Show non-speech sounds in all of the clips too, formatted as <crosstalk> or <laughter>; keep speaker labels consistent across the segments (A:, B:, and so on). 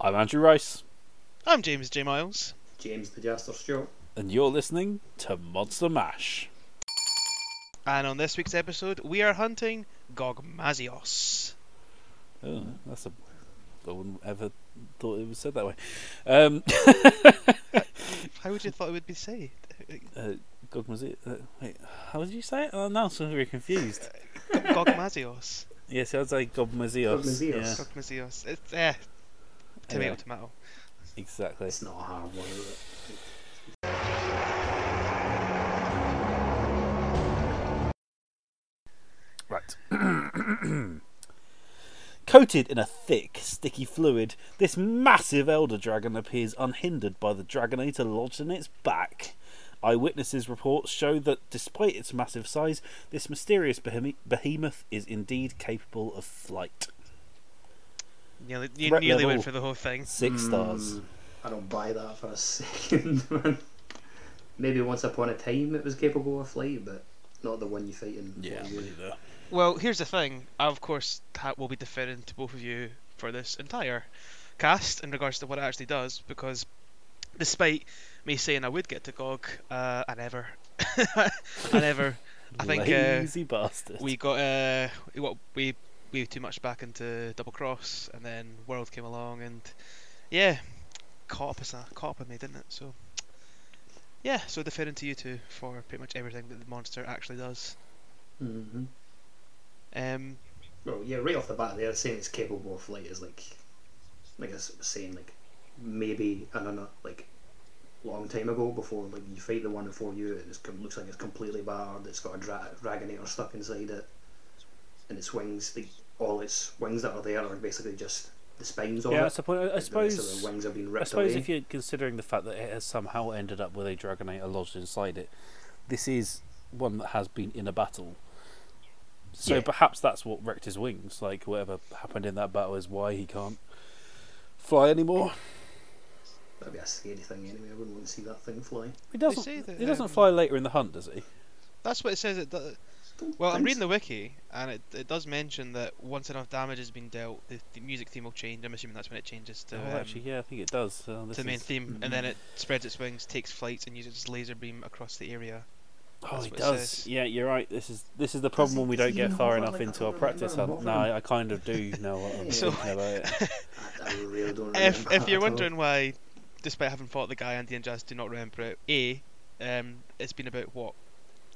A: I'm Andrew Rice,
B: I'm James J. Miles.
C: James the Jaster Stewart.
A: and you're listening to Monster Mash.
B: And on this week's episode, we are hunting Gogmazios.
A: Oh, that's a. I wouldn't ever thought it was said that way. Um,
B: How would you thought it would
A: <laughs>
B: be said?
A: uh, God, was it? Uh, wait, how did you say it? Oh, now I'm so very confused.
B: Gogmazios.
A: Yes, I was like Gobmazios.
C: Gobmazios.
A: Yeah,
B: Gogmazios. It's, eh, tomato,
A: Anyway.
B: tomato.
A: exactly.
C: It's not a hard one, is it?
A: Right. <clears throat> Coated in a thick, sticky fluid, this massive elder dragon appears unhindered by the dragonator lodged in its back. Eyewitnesses' reports show that, despite its massive size, this mysterious behemi- behemoth is indeed capable of flight.
B: Nearly, you
A: Threat
B: nearly
A: level.
B: went for the whole thing.
A: Six stars.
C: Mm, I don't buy that for a <laughs> second, man. Maybe once upon a time it was capable of flight, but not the one you fight in.
B: Well, here's the thing. I, of course, ha- will be deferring to both of you for this entire cast in regards to what it actually does, because despite me saying I would get to GOG, uh, I never. <laughs> I never. I think. Uh,
A: Lazy bastard.
B: we got uh we got we we were too much back into double cross and then world came along and yeah caught up us caught up with me didn't it so yeah so deferring to you two for pretty much everything that the monster actually does
C: hmm
B: um
C: Well, yeah, right off the bat, they're saying it's capable of flight is like, like I was saying, like maybe I don't know, like long time ago before like you fight the one before you and it looks like it's completely barred. It's got a dra- dragonator stuck inside it, and its wings, the, all its wings that are there are basically just the spines on
A: yeah, I
C: it.
A: suppose. I
C: Like, the rest of
A: suppose.
C: the wings have been
A: I
C: ripped
A: suppose
C: away.
A: if you're considering the fact that it has somehow ended up with a Dragonator lodged inside it, this is one that has been in a battle. So
C: Yeah.
A: perhaps that's what wrecked his wings. Like whatever happened in that battle is why he can't fly anymore.
C: That'd be a scary thing anyway. I wouldn't want to see that thing fly.
A: He
B: say
A: doesn't.
B: that,
A: He doesn't
B: um,
A: fly later in the hunt, does he?
B: that's what it says it do-
C: Don't
B: well i'm
C: think
B: reading the
C: so.
B: wiki and it, it does mention that once enough damage has been dealt the, the music theme will change i'm assuming that's when it changes to
A: oh,
B: um,
A: actually, yeah, I think it does. Uh,
B: to
A: this
B: the main
A: is-
B: theme
C: Mhm.
B: and then it spreads its wings takes flight and uses its laser beam across the area
A: Oh,
B: That's
A: he
B: what it
A: does.
B: says.
A: Yeah, you're right. This is this is the problem
C: he-
A: when we
C: does
A: don't
C: he
A: get
C: know
A: far
C: about,
A: enough
C: like, I
A: into
C: don't
A: our practice
C: remember
A: hunt. No,
C: about him?
A: I, I kind of do know what <laughs> I'm
C: So-
A: thinking about it.
C: I, I
B: <laughs>
C: really don't.
B: if
C: remember
B: if you're
C: at all.
B: wondering why, despite having fought the guy Andy and Jazz do not remember it, a, um, it's been about what,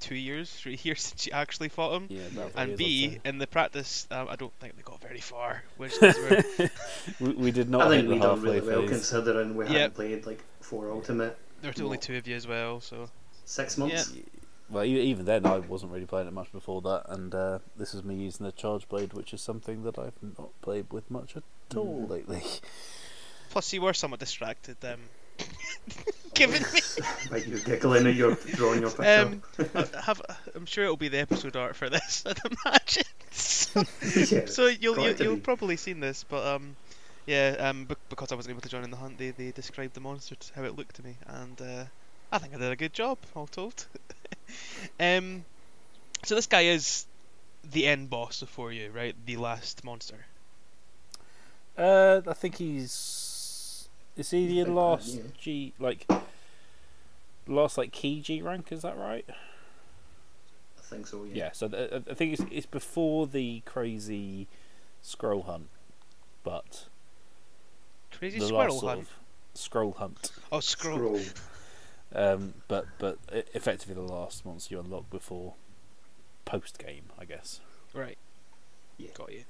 B: two years, <laughs> three years since you actually fought him,
A: Yeah, <laughs> about three
B: and
A: years
B: b,
A: or
B: in the practice, um, I don't think they got very far, which is
C: <laughs>
B: where,
A: so. <laughs> we, we did not.
C: I
A: hit
C: think
A: the
C: we done
A: halfway
C: really well
A: phase.
C: considering we
B: Yep.
C: haven't played like four ultimate
B: there's only two of you as well, so
C: six months.
A: Well, e- even then, I wasn't really playing it much before that, and uh, this was me using the charge blade, which is something that I've not played with much at all
C: Mhm.
A: lately.
B: plus you were somewhat distracted. Um, <laughs> <laughs> given
C: <laughs>
B: me,
C: By you giggling at your drawing your picture.
B: um, I have, I'm sure it'll be the episode art for this. <laughs> I'd imagine. So-
C: <laughs> <laughs> yeah.
B: So you'll
C: got
B: you'll,
C: to
B: you'll
C: be.
B: probably seen this, but um, yeah, um, bec- because I wasn't able to join in the hunt, they, they described the monster to how it looked to me, and uh, I think I did a good job, all told. <laughs> um, so this guy is the end boss before you, right? The last monster.
A: Uh, I think he's is he the
C: Big man,
A: last
C: yeah.
A: G like last like key G rank? Is that right?
C: I think so. Yeah.
A: Yeah. so th- I- I think it's it's before the crazy scroll hunt, but
B: Crazy
A: the
B: squirrel
A: last sort
B: hunt.
A: of scroll hunt.
B: Oh, scroll.
C: Scroll.
A: Um, but but e- effectively the last monster you unlock before post game, I guess.
B: Right.
C: Yeah.
B: Got you.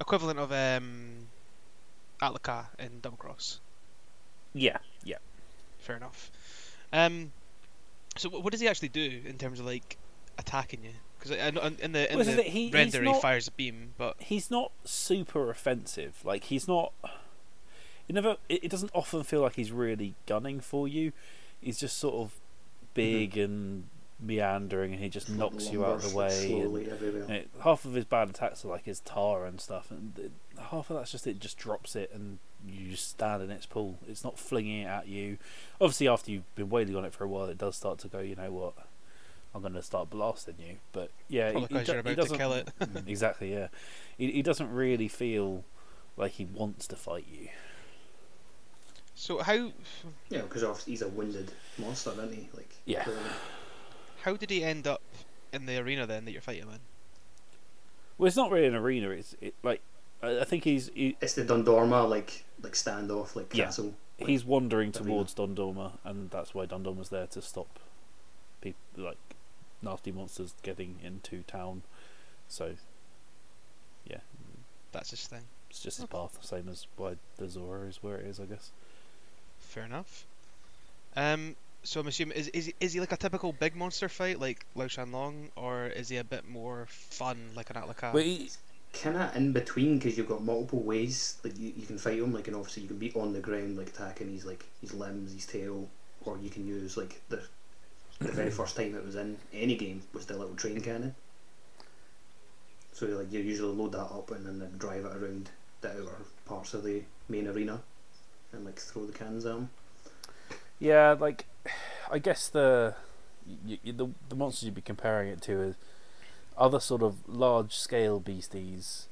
B: Equivalent of um, Atlaka in Double Cross.
A: Yeah.
B: Fair enough. Um, so wh- what does he actually do in terms of like attacking you? Because I know in- in the in
A: Well, this is
B: the
A: it, he- he's
B: render he
A: not-
B: fires a beam, but
A: he's not super offensive. Like he's not. It never. It, it doesn't often feel like he's really gunning for you. He's just sort of big and meandering, and he just knocks you out of the
C: Lumbers
A: way. And,
C: Slowly everywhere.
A: and it- half of his bad attacks are like his tar and stuff, and it, half of that's just it just drops it and you just stand in its pool. It's not flinging it at you. Obviously, after you've been waiting on it for a while, it does start to go. You know what? I'm going to start blasting you. But yeah,
B: Probably 'cause
A: do-
B: you're about to
A: doesn't-
B: kill it.
A: <laughs> Mm, exactly. Yeah, he, he doesn't really feel like he wants to fight you.
B: So how
C: Yeah, because obviously he's a wounded monster, isn't he? Like
A: Yeah.
C: clearly.
B: how did he end up in the arena then that you're fighting in?
A: Well, it's not really an arena. It's it, like I I think he's he,
C: It's the Dundorma like like standoff like
A: Yeah.
C: castle.
A: he's wandering
C: Arena.
A: towards Dundorma, and that's why Dundorma's there to stop people like nasty monsters getting into town. So
B: That's his thing.
A: it's just his path, same as why the Zora is where it is, I guess.
B: Fair enough. Um, so I'm assuming is is he- is he like a typical big monster fight like Lao Shan Long, or is he a bit more fun like an Atlacan?
C: Kind of in between because you've got multiple ways like you, you can fight him like and obviously you can be on the ground like attacking his like his limbs, his tail, or you can use like the the very first time it was in any game was the little train cannon. So like you usually load that up and then, then drive it around the outer parts of the main arena, and like throw the cans at 'em.
A: Yeah, like <sighs> I guess the y y the the monsters you'd be comparing it to is other sort of large scale beasties,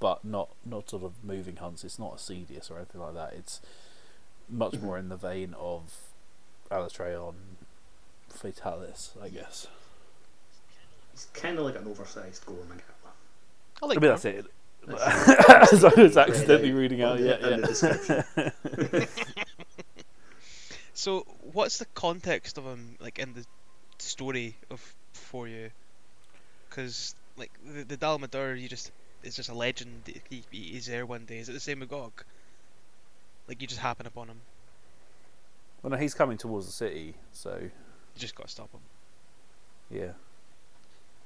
A: but not not sort of moving hunts. It's not a Cedius or anything like that. It's much more in the vein of Alatreon, Fatalis, I guess.
C: It's kind of like an oversized Gormagala.
B: I
A: I
B: like
A: mean
B: Gorm.
A: that's <laughs> it. As I was accidentally reading out,
C: And
A: yeah,
C: the- and the
A: yeah.
C: description.
B: So what's the context of him like in the story of for you? Because like the, the Dalmadur, you just it's just a legend. He, he, he's there one day. Is it the same with Gog? Like you just happen upon him.
A: <laughs> Well, no, he's coming towards the city, so
B: You just gotta stop him.
A: yeah.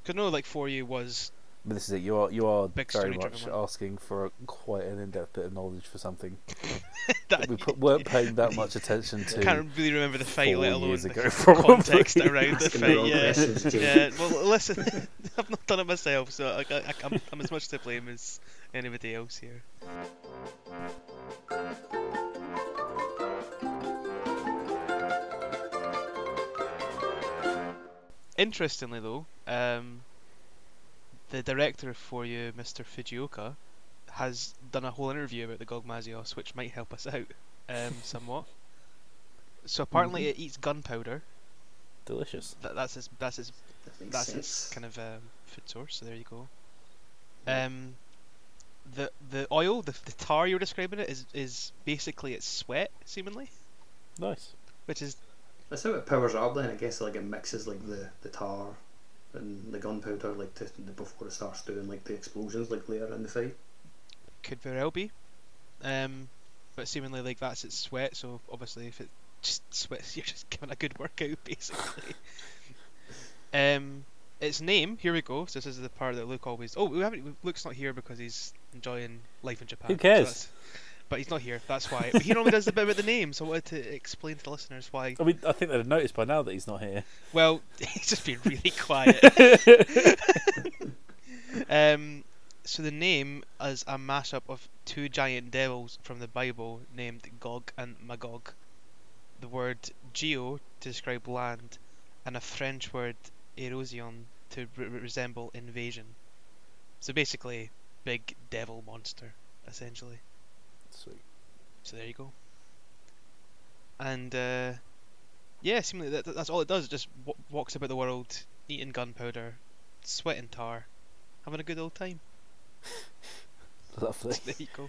B: Cause no, like for you was
A: But this is it. You are you are
B: Big
A: very
B: story driven
A: much
B: one.
A: asking for a, quite an in-depth bit of knowledge for
B: <laughs>
A: something
B: that
A: that
B: <laughs>
A: we put, weren't paying that much attention to.
B: can't really remember the fight,
A: four
B: let alone
A: years
B: the
A: ago, probably. <laughs>
B: context around the
C: Asking the
B: fight.
C: wrong
B: Yeah. <laughs>
C: questions, James.
B: yeah, well, listen, <laughs> I've not done it myself, so I, I, I'm, I'm as much to blame as anybody else here. Interestingly, though, um, the director for you, Mr. Fujioka, has done a whole interview about the Gogmazios, which might help us out um, somewhat. So apparently, it eats gunpowder.
A: Delicious.
B: That, that's its that's its
C: That makes
B: that's its
C: sense.
B: kind of um, food source. So there you go. Um, the the oil, the, the tar you were describing it is is basically its sweat, seemingly,
A: Nice.
B: which is
C: That's how it powers it up then, I guess like it mixes like the, the tar and the gunpowder like to, before it starts doing like the explosions like later in the fight.
B: could very well be. Um, but seemingly like that's its sweat. So obviously, if it just <laughs> sweats, you're just giving a good workout <laughs> basically. um, its name. Here we go. So this is the part that Luke always. Oh, we haven't. Luke's not here because he's enjoying life in Japan.
A: Who
B: so
A: cares?
B: that's- but he's not here. That's why. But he normally does the bit about the name. So I wanted to explain to the listeners why.
A: I mean, I think they'd have noticed by now that he's not here.
B: Well, <laughs> he's just been really quiet. Um, so the name is a mashup of two giant devils from the Bible named Gog and Magog. The word geo to describe land, and a French word erosion to re- re- resemble invasion. So basically, big devil monster, essentially.
A: Sweet.
B: So there you go. And uh, yeah, seemingly that, that- that's all it does. It just w- walks about the world, eating gunpowder, sweating tar, having a good old time. <laughs>
A: Lovely.
B: So there you go.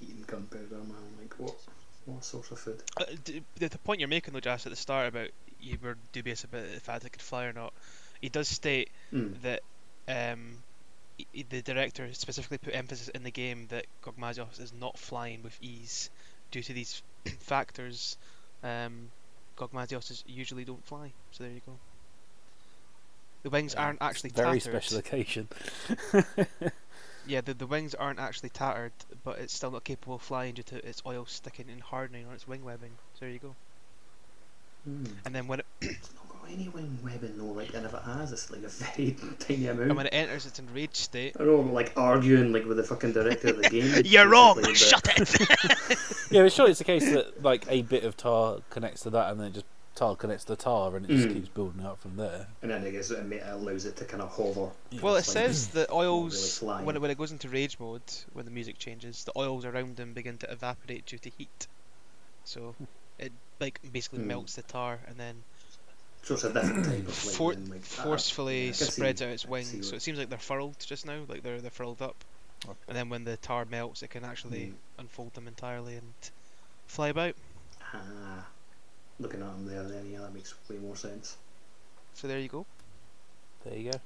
C: Eating gunpowder, man, like what what sort of food?
B: Uh, d- the, the point you're making though, Josh, at the start about you were dubious about the fact it could fly or not. He does state
C: Mm.
B: that um, i- i- the director specifically put emphasis in the game that Gogmazios is not flying with ease due to these <coughs> factors. Um, Gogmazios is usually don't fly, so there you go. The wings
A: Yeah,
B: aren't actually
A: Very
B: tattered.
A: special occasion.
B: Yeah, the, the wings aren't actually tattered, but it's still not capable of flying due to its oil sticking and hardening on its wing webbing. So there you go.
C: Mm.
B: And then when it
C: It's not got any wing webbing though, like and if it has it's like a <laughs> very tiny amount.
B: and when it enters its enraged state,
C: I don't know, like arguing like with the fucking director of the game.
B: <laughs> You're wrong!
C: basically, but-
B: Shut it!
A: yeah, but surely it's the case that like a bit of tar connects to that, and then it just tar connects to tar, and it just
C: Mm.
A: keeps building up from there.
C: and then I guess it ma- allows it to kind of hover.
B: Well, it
C: It's like-
B: says that oils
C: really flying.
B: when it, when it goes into rage mode, when the music changes, the oils around them begin to evaporate due to heat. So it like basically
C: Hmm.
B: melts the tar and then
C: So it's a different type of light.
B: <clears throat> for-
C: than, like, that.
B: forcefully
C: I can see-
B: spreads out its
C: I can see
B: wings. So
C: what-
B: it seems like they're furled just now, like they're they're furled up.
A: Okay.
B: And then when the tar melts, it can actually
C: Hmm.
B: unfold them entirely and fly about.
C: Ah, looking at them there, then yeah, that makes way more sense.
B: So there you go.
A: There you go.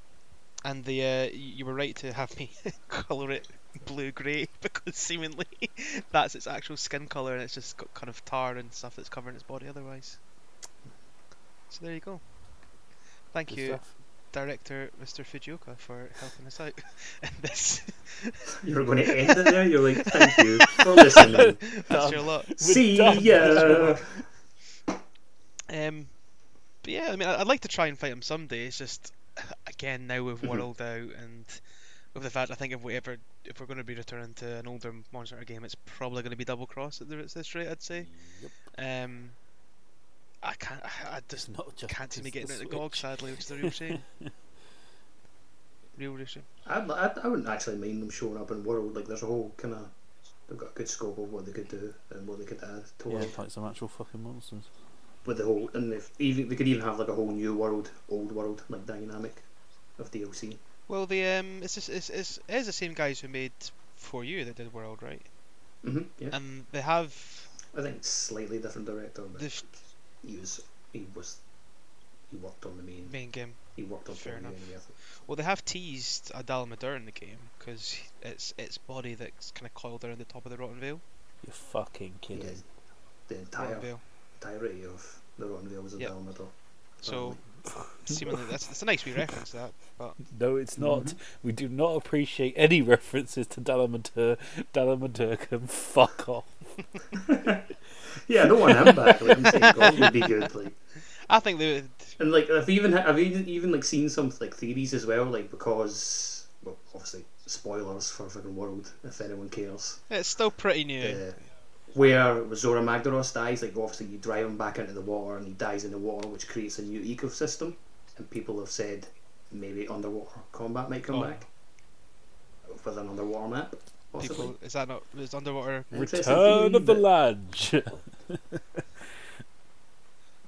B: And the uh, y- you were right to have me <laughs> colour it blue grey <laughs> because seemingly that's its actual skin colour and it's just got kind of tar and stuff that's covering its body otherwise. So there you go. Thank
A: Good
B: you,
A: stuff.
B: director Mr. Fujioka, for helping us out <laughs> in
A: <laughs>
B: this.
C: You were going to end it there. You're like, thank you for
B: <laughs>
C: listening.
B: that's
A: Um,
B: your lot.
C: See
A: done.
C: ya.
B: Um, but yeah, I mean, I- I'd like to try and fight him someday. It's just, <sighs> again, now we've
A: Mm-hmm.
C: Mhm.
B: world out, and with the fact I think if we ever, if we're going to be returning to an older Monster Hunter game, it's probably going to be Double Cross at the- at this rate, I'd say.
A: Yep.
B: Um, I can't, I I just
A: It's not just
B: can't see me
A: just
B: getting
A: the
B: out of GOG,
A: Switch.
B: sadly, which is a
A: <laughs>
B: real shame. real, real shame.
C: I'd, I'd, I wouldn't actually mind them showing up in World. Like, there's a whole kind of. They've got a good scope of what they could do and what they could add to
A: Yeah,
C: World.
A: like some actual fucking monsters.
C: With the whole. And if, even, they could even have, like, a whole new world, old world, like, dynamic of DLC.
B: Well, the um, it's just, it's, it's, it is the same guys who made For You that did World, right?
C: hmm yeah.
B: And they have
C: I think it's slightly different director, but
B: Dif-
C: he was. He was. He worked on the main.
B: main game.
C: He worked on
B: Fair
C: Fair
B: enough.
C: Anyway, I think.
B: Well, they have teased a Dalmadur in the game because it's its body that's kind of coiled around the top of the Rotten Vale.
A: You're fucking kidding.
C: Yeah, the entire
B: Rotten Vale.
C: entirety of the Rotten Vale was in
B: Yep.
C: Dalmator.
B: So <laughs> seemingly that's, that's a nice wee reference to that. But
A: No, it's not. We do not appreciate any <laughs> references to Dalamatur. Dalamatur can fuck off.
C: Yeah, I don't want him back. Like, I'm saying
A: <laughs>
C: God would be good. Like,
B: I think they would.
C: and like I've even I've even, even like seen some like theories as well. Like because well, obviously spoilers for fucking world if anyone cares.
B: It's still pretty new.
C: Uh, where Zora Magdaros dies, like obviously you drive him back into the water and he dies in the water, which creates a new ecosystem. And people have said maybe underwater combat might come
B: Oh.
C: back with an underwater map. Possibly.
B: People, is that not? Is underwater?
C: Interesting
A: Turn
C: theory,
A: of the
C: but-
A: Lange.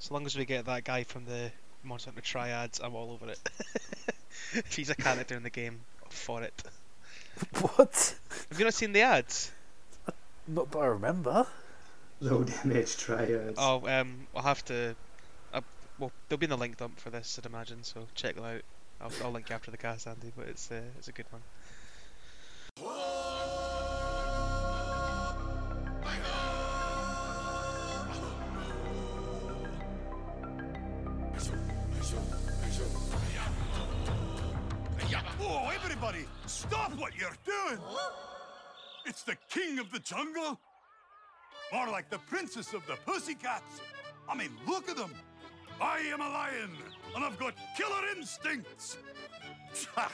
B: So long as we get that guy from the Monster Hunter Triads, I'm all over it. <laughs> if he's a character in the game, I'm for it.
A: <laughs> what?
B: Have you not seen the ads?
A: Not that I remember.
C: Low <laughs> damage triads.
B: Oh, um, I'll have to. Uh, well, they'll be in the link dump for this, I'd imagine. So check them out. I'll, I'll link you after the cast, Andy. But it's uh, it's a good one.
D: Oh, everybody, stop what you're doing! It's the king of the jungle. More like the princess of the pussycats. I mean, look at them. I am a lion, and I've got killer instincts. <laughs> Ha!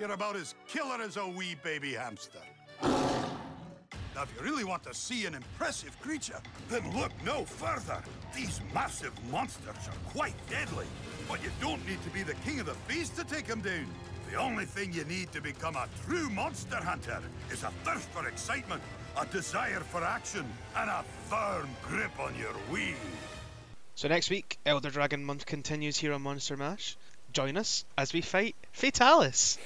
D: you're about as killer as a wee baby hamster. Now, if you really want to see an impressive creature, then look no further. These massive monsters are quite deadly, but you don't need to be the king of the beasts to take them down. The only thing you need to become a true monster hunter is a thirst for excitement, a desire for action, and a firm grip on your wings.
B: So next week, Elder Dragon Month continues here on Monster Mash. Join us as we fight <laughs> Fatalis.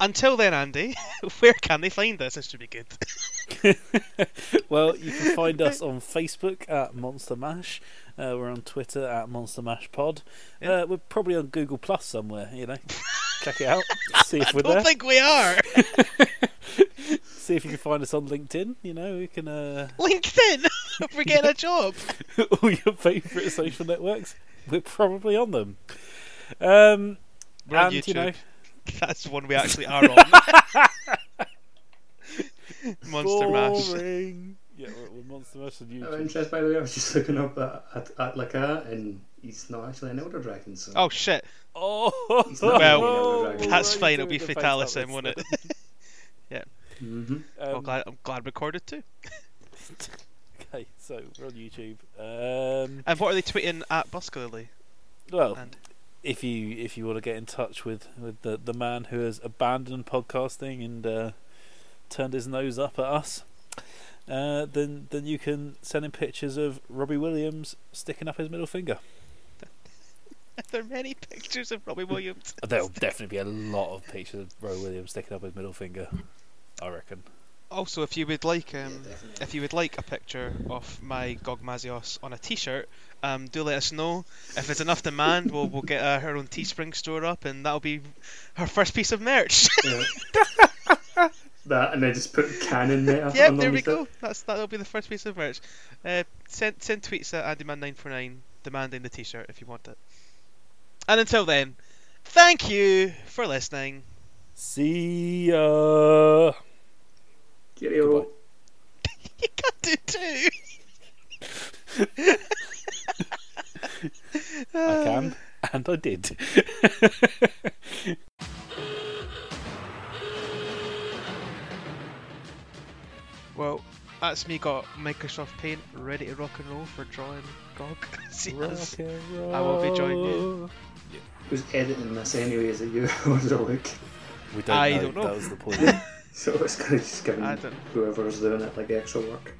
B: Until then, Andy, <laughs> where can they find us? This should be good.
A: Well, you can find <laughs> us on Facebook at Monster Mash. Uh, we're on Twitter at Monster Mash Pod.
B: Yeah.
A: Uh, we're probably on Google Plus somewhere. You <laughs> know, check it out. See if we're
B: Don't
A: there.
B: think we are.
A: See if you can find us on LinkedIn. You know, we can uh, <laughs>
B: LinkedIn, <laughs> we're getting a job.
A: all your favourite social networks. We're probably on them. Um,
B: We're on
A: and,
B: YouTube.
A: you know,
B: That's one we actually are <laughs> on. Monster Mash.
A: boring. Yeah, we're, we're Monster Mash on
C: Out of
A: YouTube.
C: interest, by the way, I was just looking up at, at, at Lacar, and he's not actually an Elder Dragon, so
B: Oh shit.
A: Oh,
C: It's not
B: Well,
A: we're <laughs>
B: that's
A: already
B: fine, it'll
A: doing
B: be
A: the face
B: Fatalis then,
A: outlets
B: won't it? <laughs>
A: then.
C: Mhm.
A: Um,
B: I'm glad I'm glad recorded too.
A: Okay, so we're on YouTube. Um,
B: And what are they tweeting at Buscalily?
A: well,
B: And
A: if you if you want to get in touch with, with the, the man who has abandoned podcasting and uh, turned his nose up at us, uh, then then you can send him pictures of Robbie Williams sticking up his middle finger.
B: are <laughs> there many pictures of <laughs> Robbie Williams?
A: There'll definitely be a lot of pictures of Robbie Williams sticking up his middle finger. I reckon.
B: Also, if you would like, um,
C: definitely.
B: if you would like a picture of my Gogmazios on a T-shirt, um, do let us know. If it's enough demand, we'll we'll get uh, her own Teespring store up, and that'll be her first piece of merch. <laughs>
C: Yeah. <laughs> that and then just put canon there.
B: <laughs> yeah, there we
C: underneath
B: go.
C: it.
B: That's that'll be the first piece of merch. Uh, send send tweets at AndyMan949 demanding the T-shirt if you want it. And until then, thank you for listening.
A: See ya.
C: Cheerio.
A: Goodbye.
B: You can't do two.
A: I can, <laughs> and I did.
B: Well, that's me got Microsoft Paint ready to rock and roll for drawing GOG. <laughs> See us.
A: Rock and roll.
B: I will be joining you.
C: Who's editing this anyway? Is it you <laughs> or is it Luke?
A: We don't
B: I
A: know.
B: don't know.
A: That was the
B: <laughs>
A: point.
C: So it's gonna just give
B: I don't-
C: whoever's doing it like the extra work.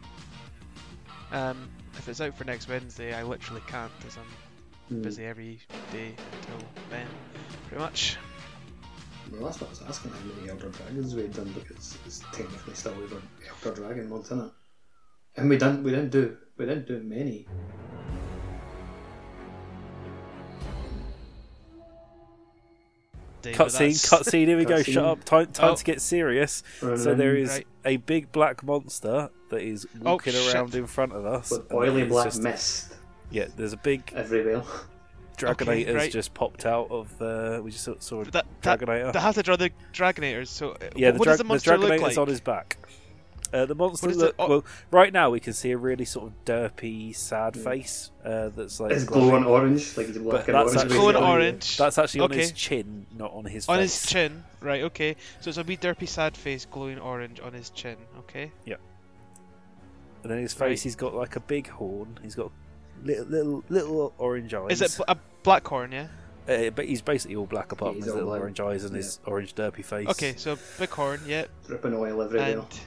B: Um, if it's out for next Wednesday, I literally can't as I'm
C: Hmm.
B: busy every day until then, pretty much.
C: Well, that's what I was asking how many Elder Dragons we had done because it's technically still over Elder Dragon month, isn't it? And we didn't we didn't do we didn't do many.
B: Day, but
A: cutscene,
B: that's-
A: cutscene. Here we go.
C: Cutscene.
A: Shut up. Time, time
B: Oh. Um,
A: to get serious.
C: Run,
A: So there
C: run.
A: is
B: Right. Oh,
A: a big black monster that is walking
B: shit.
A: around in front of us.
C: with
A: and
C: oily
A: it's
C: black
A: just-
C: mist
A: Yeah, there's a big
C: everywhere.
A: Dragonite has
B: Uh, right.
A: just popped out of. Uh, we just saw, saw a
B: <laughs> But that, that,
A: Dragonite.
B: that has to draw the Dragonators. So uh,
A: yeah, the,
B: what
A: drag-
B: does the
A: the
B: monster
A: Dragonite
B: look like?
A: is on his back. Uh, the monster
B: What is
A: look
B: it- oh.
A: well. Right now, we can see a really sort of derpy, sad
B: Hmm.
A: face uh, that's like
C: It's glowing orange, like the black and
A: that's
C: orange.
A: actually-
C: we
B: Glowing
C: did earlier.
B: orange.
A: Oh, That's actually on his
B: Okay.
A: chin, not on his
B: on
A: face.
B: his chin, right? Okay, so it's a wee derpy, sad face, glowing orange on his chin. Okay.
A: And then his face,
B: Right.
A: he's got like a big horn. He's got little little, little orange eyes.
B: Is it bl- a black horn? Yeah.
A: Uh, but he's basically all black apart from
C: He's
A: his
C: all
A: little
C: black.
A: orange eyes and his orange derpy face.
B: Okay, so big horn. Yeah,
C: Dripping oil everywhere.
B: and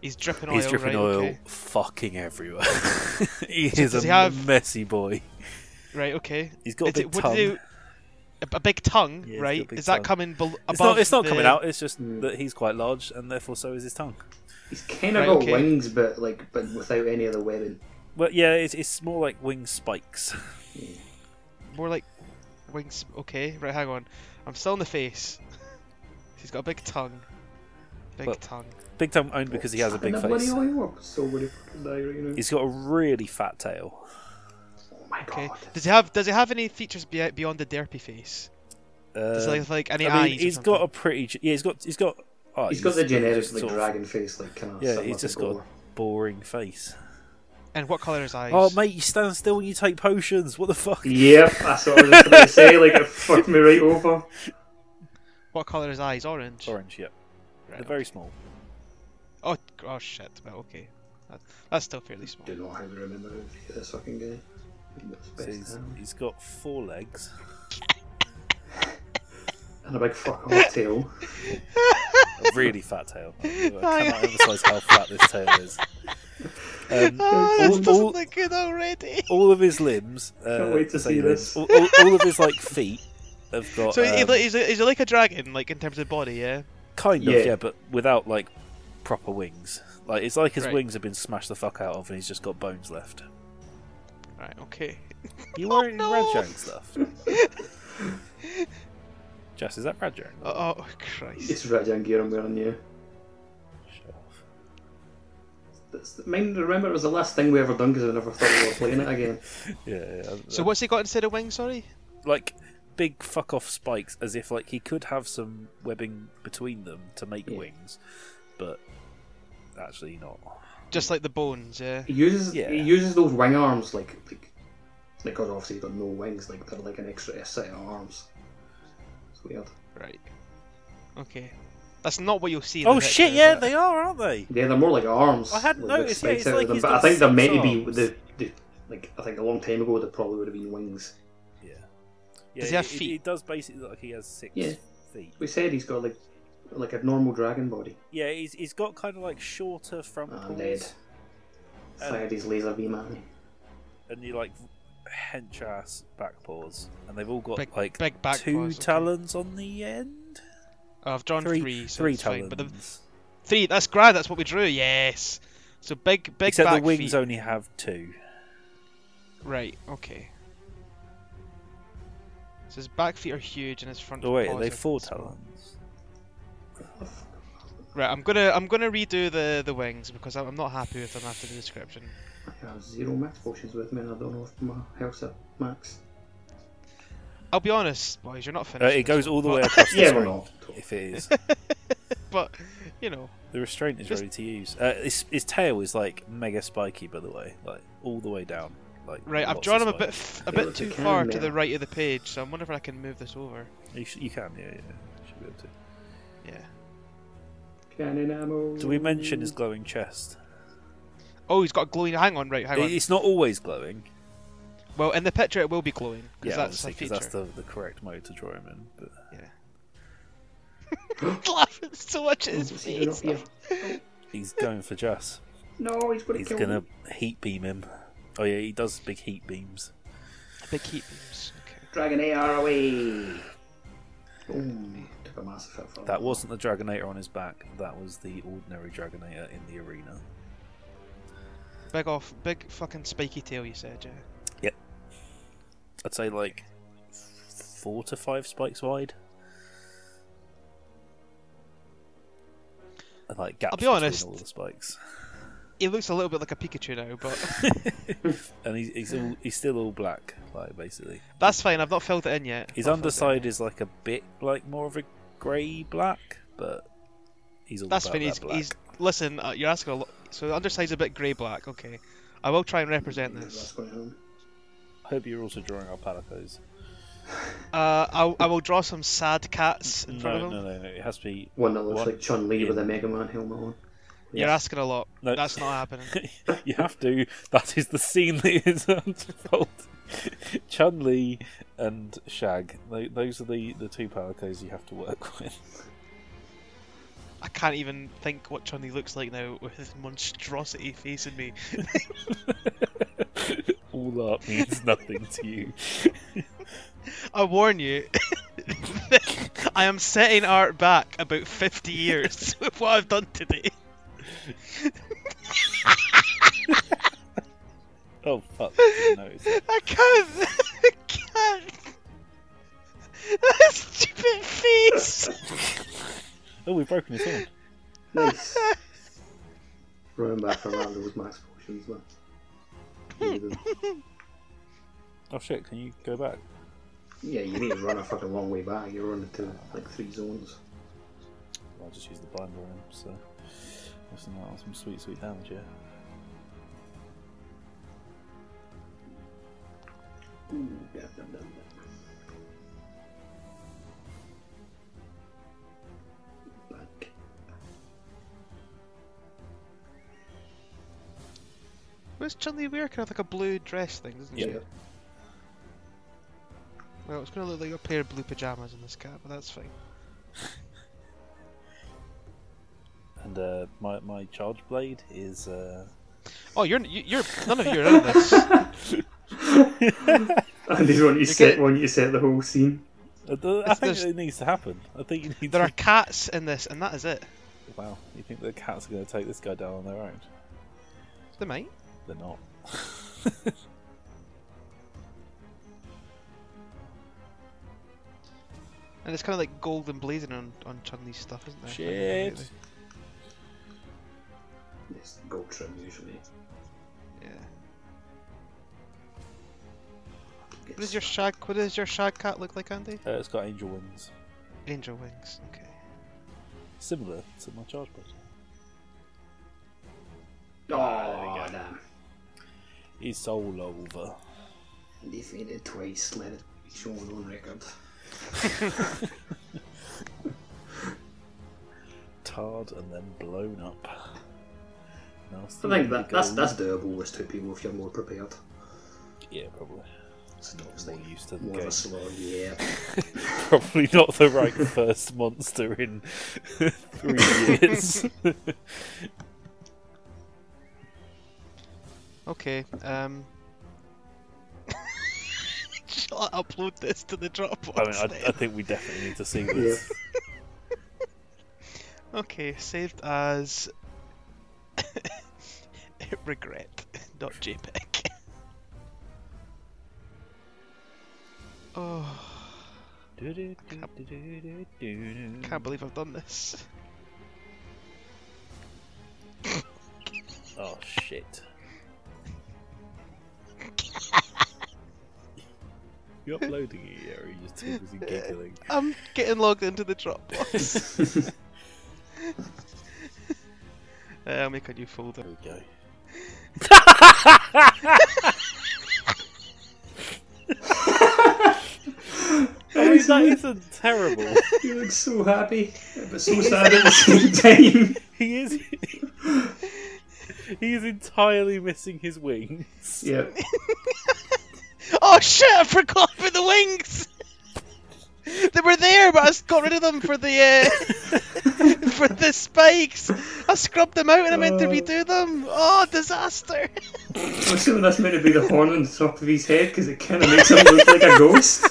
B: he's dripping oil.
A: He's dripping
B: right,
A: oil
B: Okay.
A: fucking everywhere. <laughs> he
B: So
A: is a
B: does he have-
A: messy boy.
B: Right. Okay.
A: He's got a
B: Is it-
A: big
B: what
A: tongue.
B: do you- a- a big tongue,
A: Yeah, he's got
B: right?
A: a big
B: Is that
A: tongue.
B: coming bel above?
A: It's not, it's not coming
B: the- Hmm.
A: out, it's just
C: Mm.
A: that he's quite large and therefore so is his tongue.
C: He's kind of
B: Right,
C: got
B: okay.
C: wings, but like but without any of the webbing.
A: Well, yeah, it's, it's more like wing spikes. <laughs>
B: More like wings. Okay. Right. Hang on. I'm still in the face. <laughs> he's got a big tongue. Big
A: Well,
B: tongue.
A: Big tongue owned because he has a big
C: And that bloody
A: face.
C: oil works so bloody fucking diarrhea, you know.
A: He's got a really fat tail.
C: Oh my
B: Okay.
C: god.
B: Does he have Does he have any features be- beyond the derpy face? Does
A: Uh,
B: he have like any
A: I
B: eyes?
A: mean,
B: or
A: he's got a
B: something?
A: pretty. ge- Yeah, he's got he's got. Eyes,
C: He's got the generic
A: just
C: like
A: sort of-
C: dragon face, like kind of.
A: Yeah, he's just got a boring face.
B: And what colour is eyes?
A: Oh, mate, you stand still when you take potions. What the fuck?
C: Yep, that's what I was going to say. Like it fucked me right over.
B: What colour is eyes? Orange.
A: Orange, yeah.
B: Right,
A: They're very small.
B: Oh, oh shit. Well, okay. That, that's still fairly small.
C: Do not how to remember this fucking guy. He was
A: So
C: best
A: he's,
C: animal.
A: he's got four legs.
C: And a big fuck off tail.
A: A really fat
B: <laughs>
A: tail. I cannot emphasise how fat this tail is. Um, all-
B: Oh, this doesn't
A: all-
B: look good already.
A: all of his limbs. Uh,
C: Can't wait to
A: say
C: see
A: limbs,
C: this.
A: All, all- all of his like feet
B: <laughs>
A: have got.
B: So he,
A: um,
B: he's, he's like a dragon, like in terms of body, yeah.
A: kind of
C: Yeah.
A: yeah, but without like proper wings. Like it's like his
B: Right.
A: wings have been smashed the fuck out of, and he's just got bones left.
B: Right. Okay.
A: You wearing
B: Oh, no.
A: Rajang stuff?
B: <laughs>
A: Jess, is that Rajang?
B: Oh, oh Christ.
C: It's Rajan gear I'm wearing, yeah.
A: Shut off.
C: That's, mind, remember, it was the last thing we ever done because I never thought we were playing it again.
A: Yeah. yeah
B: So what's he got instead of wings? Sorry.
A: like big fuck off spikes as if like he could have some webbing between them to make
C: Yeah.
A: wings, but actually not.
B: Just like the bones, yeah.
C: He uses
A: Yeah.
C: he uses those wing arms like like like 'cause obviously he's got no wings. Like they're like an extra set of arms. It's weird.
B: Right. Okay. That's not what you'll see. in the
A: Oh shit!
B: picture,
A: Yeah,
B: but-
A: they are, aren't they?
C: Yeah, they're more like arms.
A: I hadn't
C: like, with
A: noticed, yeah,
C: spikes
A: it's
C: out of
A: like
C: them,
A: he's
C: but
A: got
C: I think they're meant to
A: six
C: be the,
A: arms.
C: the like I think a long time ago they probably would have been wings.
A: Yeah. Yeah,
B: Does he have
A: it- it-
B: feet?
A: It, does basically look like he has six
C: Yeah.
A: feet.
C: We said he's got like like a normal dragon body.
A: Yeah, he's, he's got kind of like shorter front
C: Ah,
A: paws,
C: dead.
A: Um,
C: Fired uh, his laser beam at me.
A: and you like hench ass back paws, and they've all got
B: Big-
A: like
B: big back
A: two
B: paws, okay.
A: talons on the end.
B: Oh, I've drawn
A: Three,
B: three,
A: three,
B: so it's fine.
A: talons.
B: But the three, that's grand. That's what we drew. Yes. So big, big
A: Except the
B: back
A: wings
B: feet.
A: only have two.
B: Right. Okay. So his back feet are huge and his front.
A: Oh wait, are
B: paws
A: they four
B: small.
A: talons?
B: Right. I'm gonna, I'm gonna redo the the wings because I'm I'm not happy with them after the description.
C: I have zero max potions with me, and I don't know if my health's at max.
B: I'll be honest, boys, you're not
A: Uh,
B: finished.
A: it goes all the way
B: Up.
A: across the
C: Yeah, we're
A: screen,
C: not.
A: If it
B: <laughs>
A: is,
B: But you know,
A: the restraint is
B: Just-
A: ready to use. Uh, his, his tail is like mega spiky, by the way, like all the way down. Like
B: right? I've
A: lots
B: drawn
A: of
B: him a bit,
A: spikes.
B: f- a
C: Yeah,
B: bit
C: look, they
B: too
C: can
B: far to
C: now.
B: the right of the page, so I'm wondering if I can move this over.
A: You, sh- you can, yeah, yeah. Should be able to.
B: Yeah.
C: Cannon ammo.
A: Did we mention his glowing chest?
B: Oh, he's got a glowing. Hang on, right? Hang on.
A: It's not always glowing.
B: Well, in the picture, it will be glowing because
A: Yeah,
B: that's a
A: obviously, 'cause
B: feature.
A: that's the, the correct mode to draw him in. But
B: <laughs> laughing so much at his
C: Is he up
B: face.
C: here?
A: he's going for Jess.
C: No, he's gonna
A: He's
C: kill
A: gonna
C: me.
A: heat beam him. Oh yeah, he does big heat beams.
B: Big heat beams. Okay.
C: Dragon AR away. Boom. E. Took a massive hit for
A: That wasn't the Dragonator on his back. That was the ordinary Dragonator in the arena.
B: Big off, big fucking spiky tail. You said, yeah.
A: I'd say like four to five spikes wide. And, like gaps
B: be
A: between
B: honest.
A: all the spikes.
B: He looks a little bit like a Pikachu now, but <laughs>
A: And he's he's, all, he's still all black, like basically.
B: that's fine. I've not filled it in yet.
A: His
B: Not filled it in
A: underside is like a bit like more of a grey black, but he's all
B: yet. That's
A: about
B: fine.
A: that
B: He's,
A: black.
B: he's listen. Uh, you're asking a lot. So the underside's a bit grey black. Okay. I will try and represent
C: That's
B: this.
C: going home.
A: I hope you're also drawing our palicos.
B: Uh, I, I will draw some sad cats in front
A: No,
B: of him.
A: no, no, no. It has to be.
C: One that looks
A: One.
C: like Chun Li with
A: Yeah.
C: a Mega Man helmet <laughs> on.
B: You're asking a lot.
A: No.
B: That's
A: <laughs>
B: not happening.
A: <laughs> you have to. That is the scene that is <laughs> unfolding. Chun Li and Shag. Tho- Those are the, the two palicos you have to work <laughs> with.
B: I can't even think what Chun Li looks like now with his monstrosity facing me.
A: All art means <laughs> nothing to you.
B: I warn you, <laughs> I am setting art back about 50 years <laughs> with what I've done today.
A: Oh fuck! No,
B: I can't. <laughs> I can't. <laughs> That stupid face.
A: oh, we've broken his horn.
C: Nice. Running back from that, those max potions, man. Need them.
A: Oh shit! Can you go back?
C: Yeah, you need to run a fucking long way back. You're running to like three zones.
A: Well, I just used the binder on him, so listen, that was some sweet, sweet damage. Yeah.
C: Ooh, yeah, done, done, done. Back.
B: What's Chun Li wear? Kind of like a blue dress thing, doesn't she?
A: Yeah.
B: Well, it's going to look like a pair of blue pajamas in this cat, but that's fine.
A: And uh, my my charge blade is. Uh...
B: Oh, you're you- you're none of you are in this.
C: <laughs> And they want you to
B: get-
C: set, want you to set the whole scene.
A: I th- I think
B: There's-
A: it needs to happen. I think you need
B: <laughs> There
A: to.
B: are cats in this, and that is it.
A: <laughs> Wow, you think the cats are going to take this guy down on their own?
B: They might.
A: They're not.
B: And it's kind of like gold emblazoned on, on Chun Li's stuff, isn't there? if I remember
A: Shit.
B: rightly?
C: It's gold trim usually.
B: Yeah.
C: Gets
B: What does your shag? What does your shag cat look like, Andy?
A: Uh, it's got angel wings,
B: Angel wings. Okay.
A: similar to my charge blade.
C: Oh, there we go. Damn.
A: It's all over.
C: Defeated twice. Let it be shown on record.
A: hard and then blown up. Nasty
C: I think that,
A: legal-
C: that's that's doable with two people if you're more prepared.
A: yeah, probably
C: It's not it's
A: more
C: like
A: used to the
C: more of
A: game.
C: a slog, yeah.
A: Probably not the right first monster in <laughs> three
C: <laughs>
A: years.
B: Okay. Um. <laughs> Shall I upload this to the Dropbox?
A: I mean, I,
B: then?
A: I think we definitely need to see
C: <laughs>
A: this.
B: Okay, saved as <laughs> regret, not JPEG. oh, can't believe I've done this.
A: Oh <laughs> shit! You uploading it yet, or are you just too busy giggling?
B: I'm getting logged into the Dropbox. uh, I'll make a new folder.
A: There we <laughs> go. I mean, that isn't terrible.
C: You look so happy, but so sad at the same <laughs> time.
A: He is. <laughs> he is entirely missing his wings.
C: Yeah.
B: Oh shit! I forgot about the wings. <laughs> they were there, but I s- got rid of them for the uh, <laughs> for the spikes. I scrubbed them out, and I meant to
C: Uh.
B: redo them. Oh,
C: <laughs>
B: disaster!
C: I'm assuming that's meant to be the horn on the top of his head because it kind of makes him look like a ghost.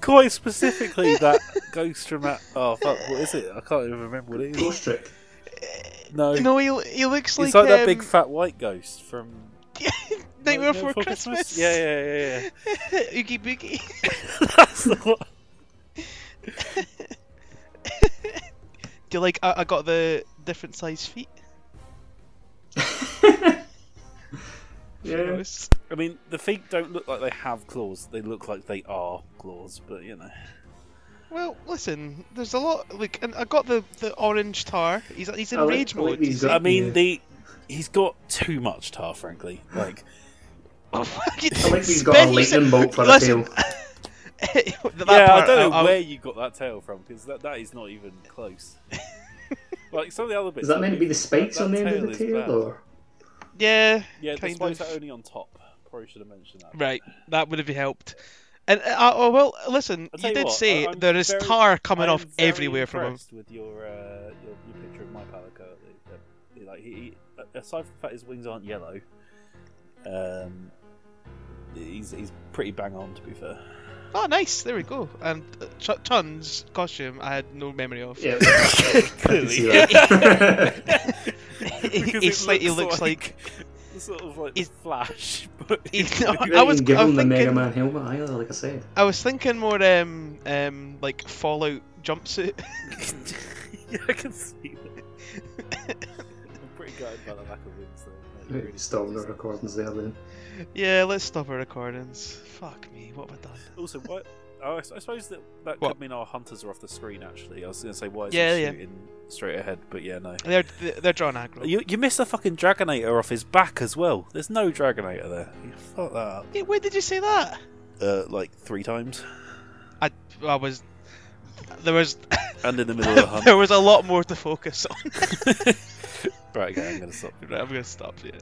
A: Quite specifically, that ghost from that. Oh fuck! What is it? I can't even remember what it is.
B: <laughs>
C: Ghost trick.
A: No,
B: No, he, he looks like,
A: it's like that
B: um,
A: big fat white ghost from
B: <laughs> Nightmare Before Christmas.
A: Yeah, yeah, yeah, <laughs> yeah.
B: <laughs> Oogie Boogie.
A: That's the one.
B: Do you like? I, I got the different size feet.
C: Yeah.
B: Gross.
A: I mean, the feet don't look like they have claws. They look like they are claws, but you know.
B: Well, listen. There's a lot. Look, and I got the the orange tar. He's he's in
C: I like-
B: rage
C: I like
B: mode.
C: these
B: you see.
A: I mean,
C: Yeah.
A: the he's got too much tar, frankly. Like,
B: <laughs>
C: I like he's got a lightning bolt for a tail.
B: Listen. <laughs> <laughs> that
A: yeah,
B: part,
A: I don't know
B: I'll-
A: where you got that tail from because that, that is not even
B: <laughs>
A: close. like some of the other bits.
C: Is that meant to be the spikes
A: that
C: on the end
A: tail
C: of the
A: is
C: tail,
A: bad.
C: or
B: Yeah.
A: Yeah, the
B: kind
A: spikes
B: of.
A: are only on top. Probably should have mentioned that.
B: Right, that would have helped. And uh, uh, oh well, listen.
A: I'll tell
B: You
A: you
B: did
A: what,
B: say
A: I- I'm
B: there is
A: very-
B: tar coming
A: I am
B: off
A: very
B: everywhere from him.
A: impressed With your, uh, your your picture of my palico, The- the- like he, he- aside from the fact his wings aren't yellow, um, he's he's pretty bang on to be fair.
B: Oh, nice. There we go. And uh, Ch- Chun's costume, I had no memory of. <laughs>
C: yeah? <laughs> I can see that. <laughs>
A: Because
B: he slightly looks like,
A: sort of like
B: He's-
A: the Flash, <laughs> but
B: <laughs> he-
A: it's
B: no,
A: blue.
B: I was,
C: Didn't give
B: I, was
C: him the Mega
B: thinking,
C: Man helmet either, like I said.
B: I was thinking more um um like Fallout jumpsuit. <laughs>
A: yeah, I can see that.
B: <laughs>
A: I'm pretty gutted by the lack of wings. Though. Like,
C: Maybe Stop the recordings there then.
B: yeah, let's stop our recordings. Fuck me, what have I done?
A: Also, why? Oh, I s- I suppose that that
B: What?
A: could mean our hunters are off the screen. Actually, I was going to say why is
B: Yeah,
A: he
B: yeah.
A: shooting straight ahead, but yeah, no.
B: They're they're they're drawing aggro.
A: You you missed the fucking Dragonator off his back as well. There's no Dragonator there. You fucked that up.
B: Yeah, Where did you say that?
A: Uh, like three times,
B: I I was there was
A: and in the middle of the hunt. <laughs>
B: <laughs> there was a lot more to focus on.
A: right, okay, I'm going to stop.
B: Right, I'm gonna stop. Yeah.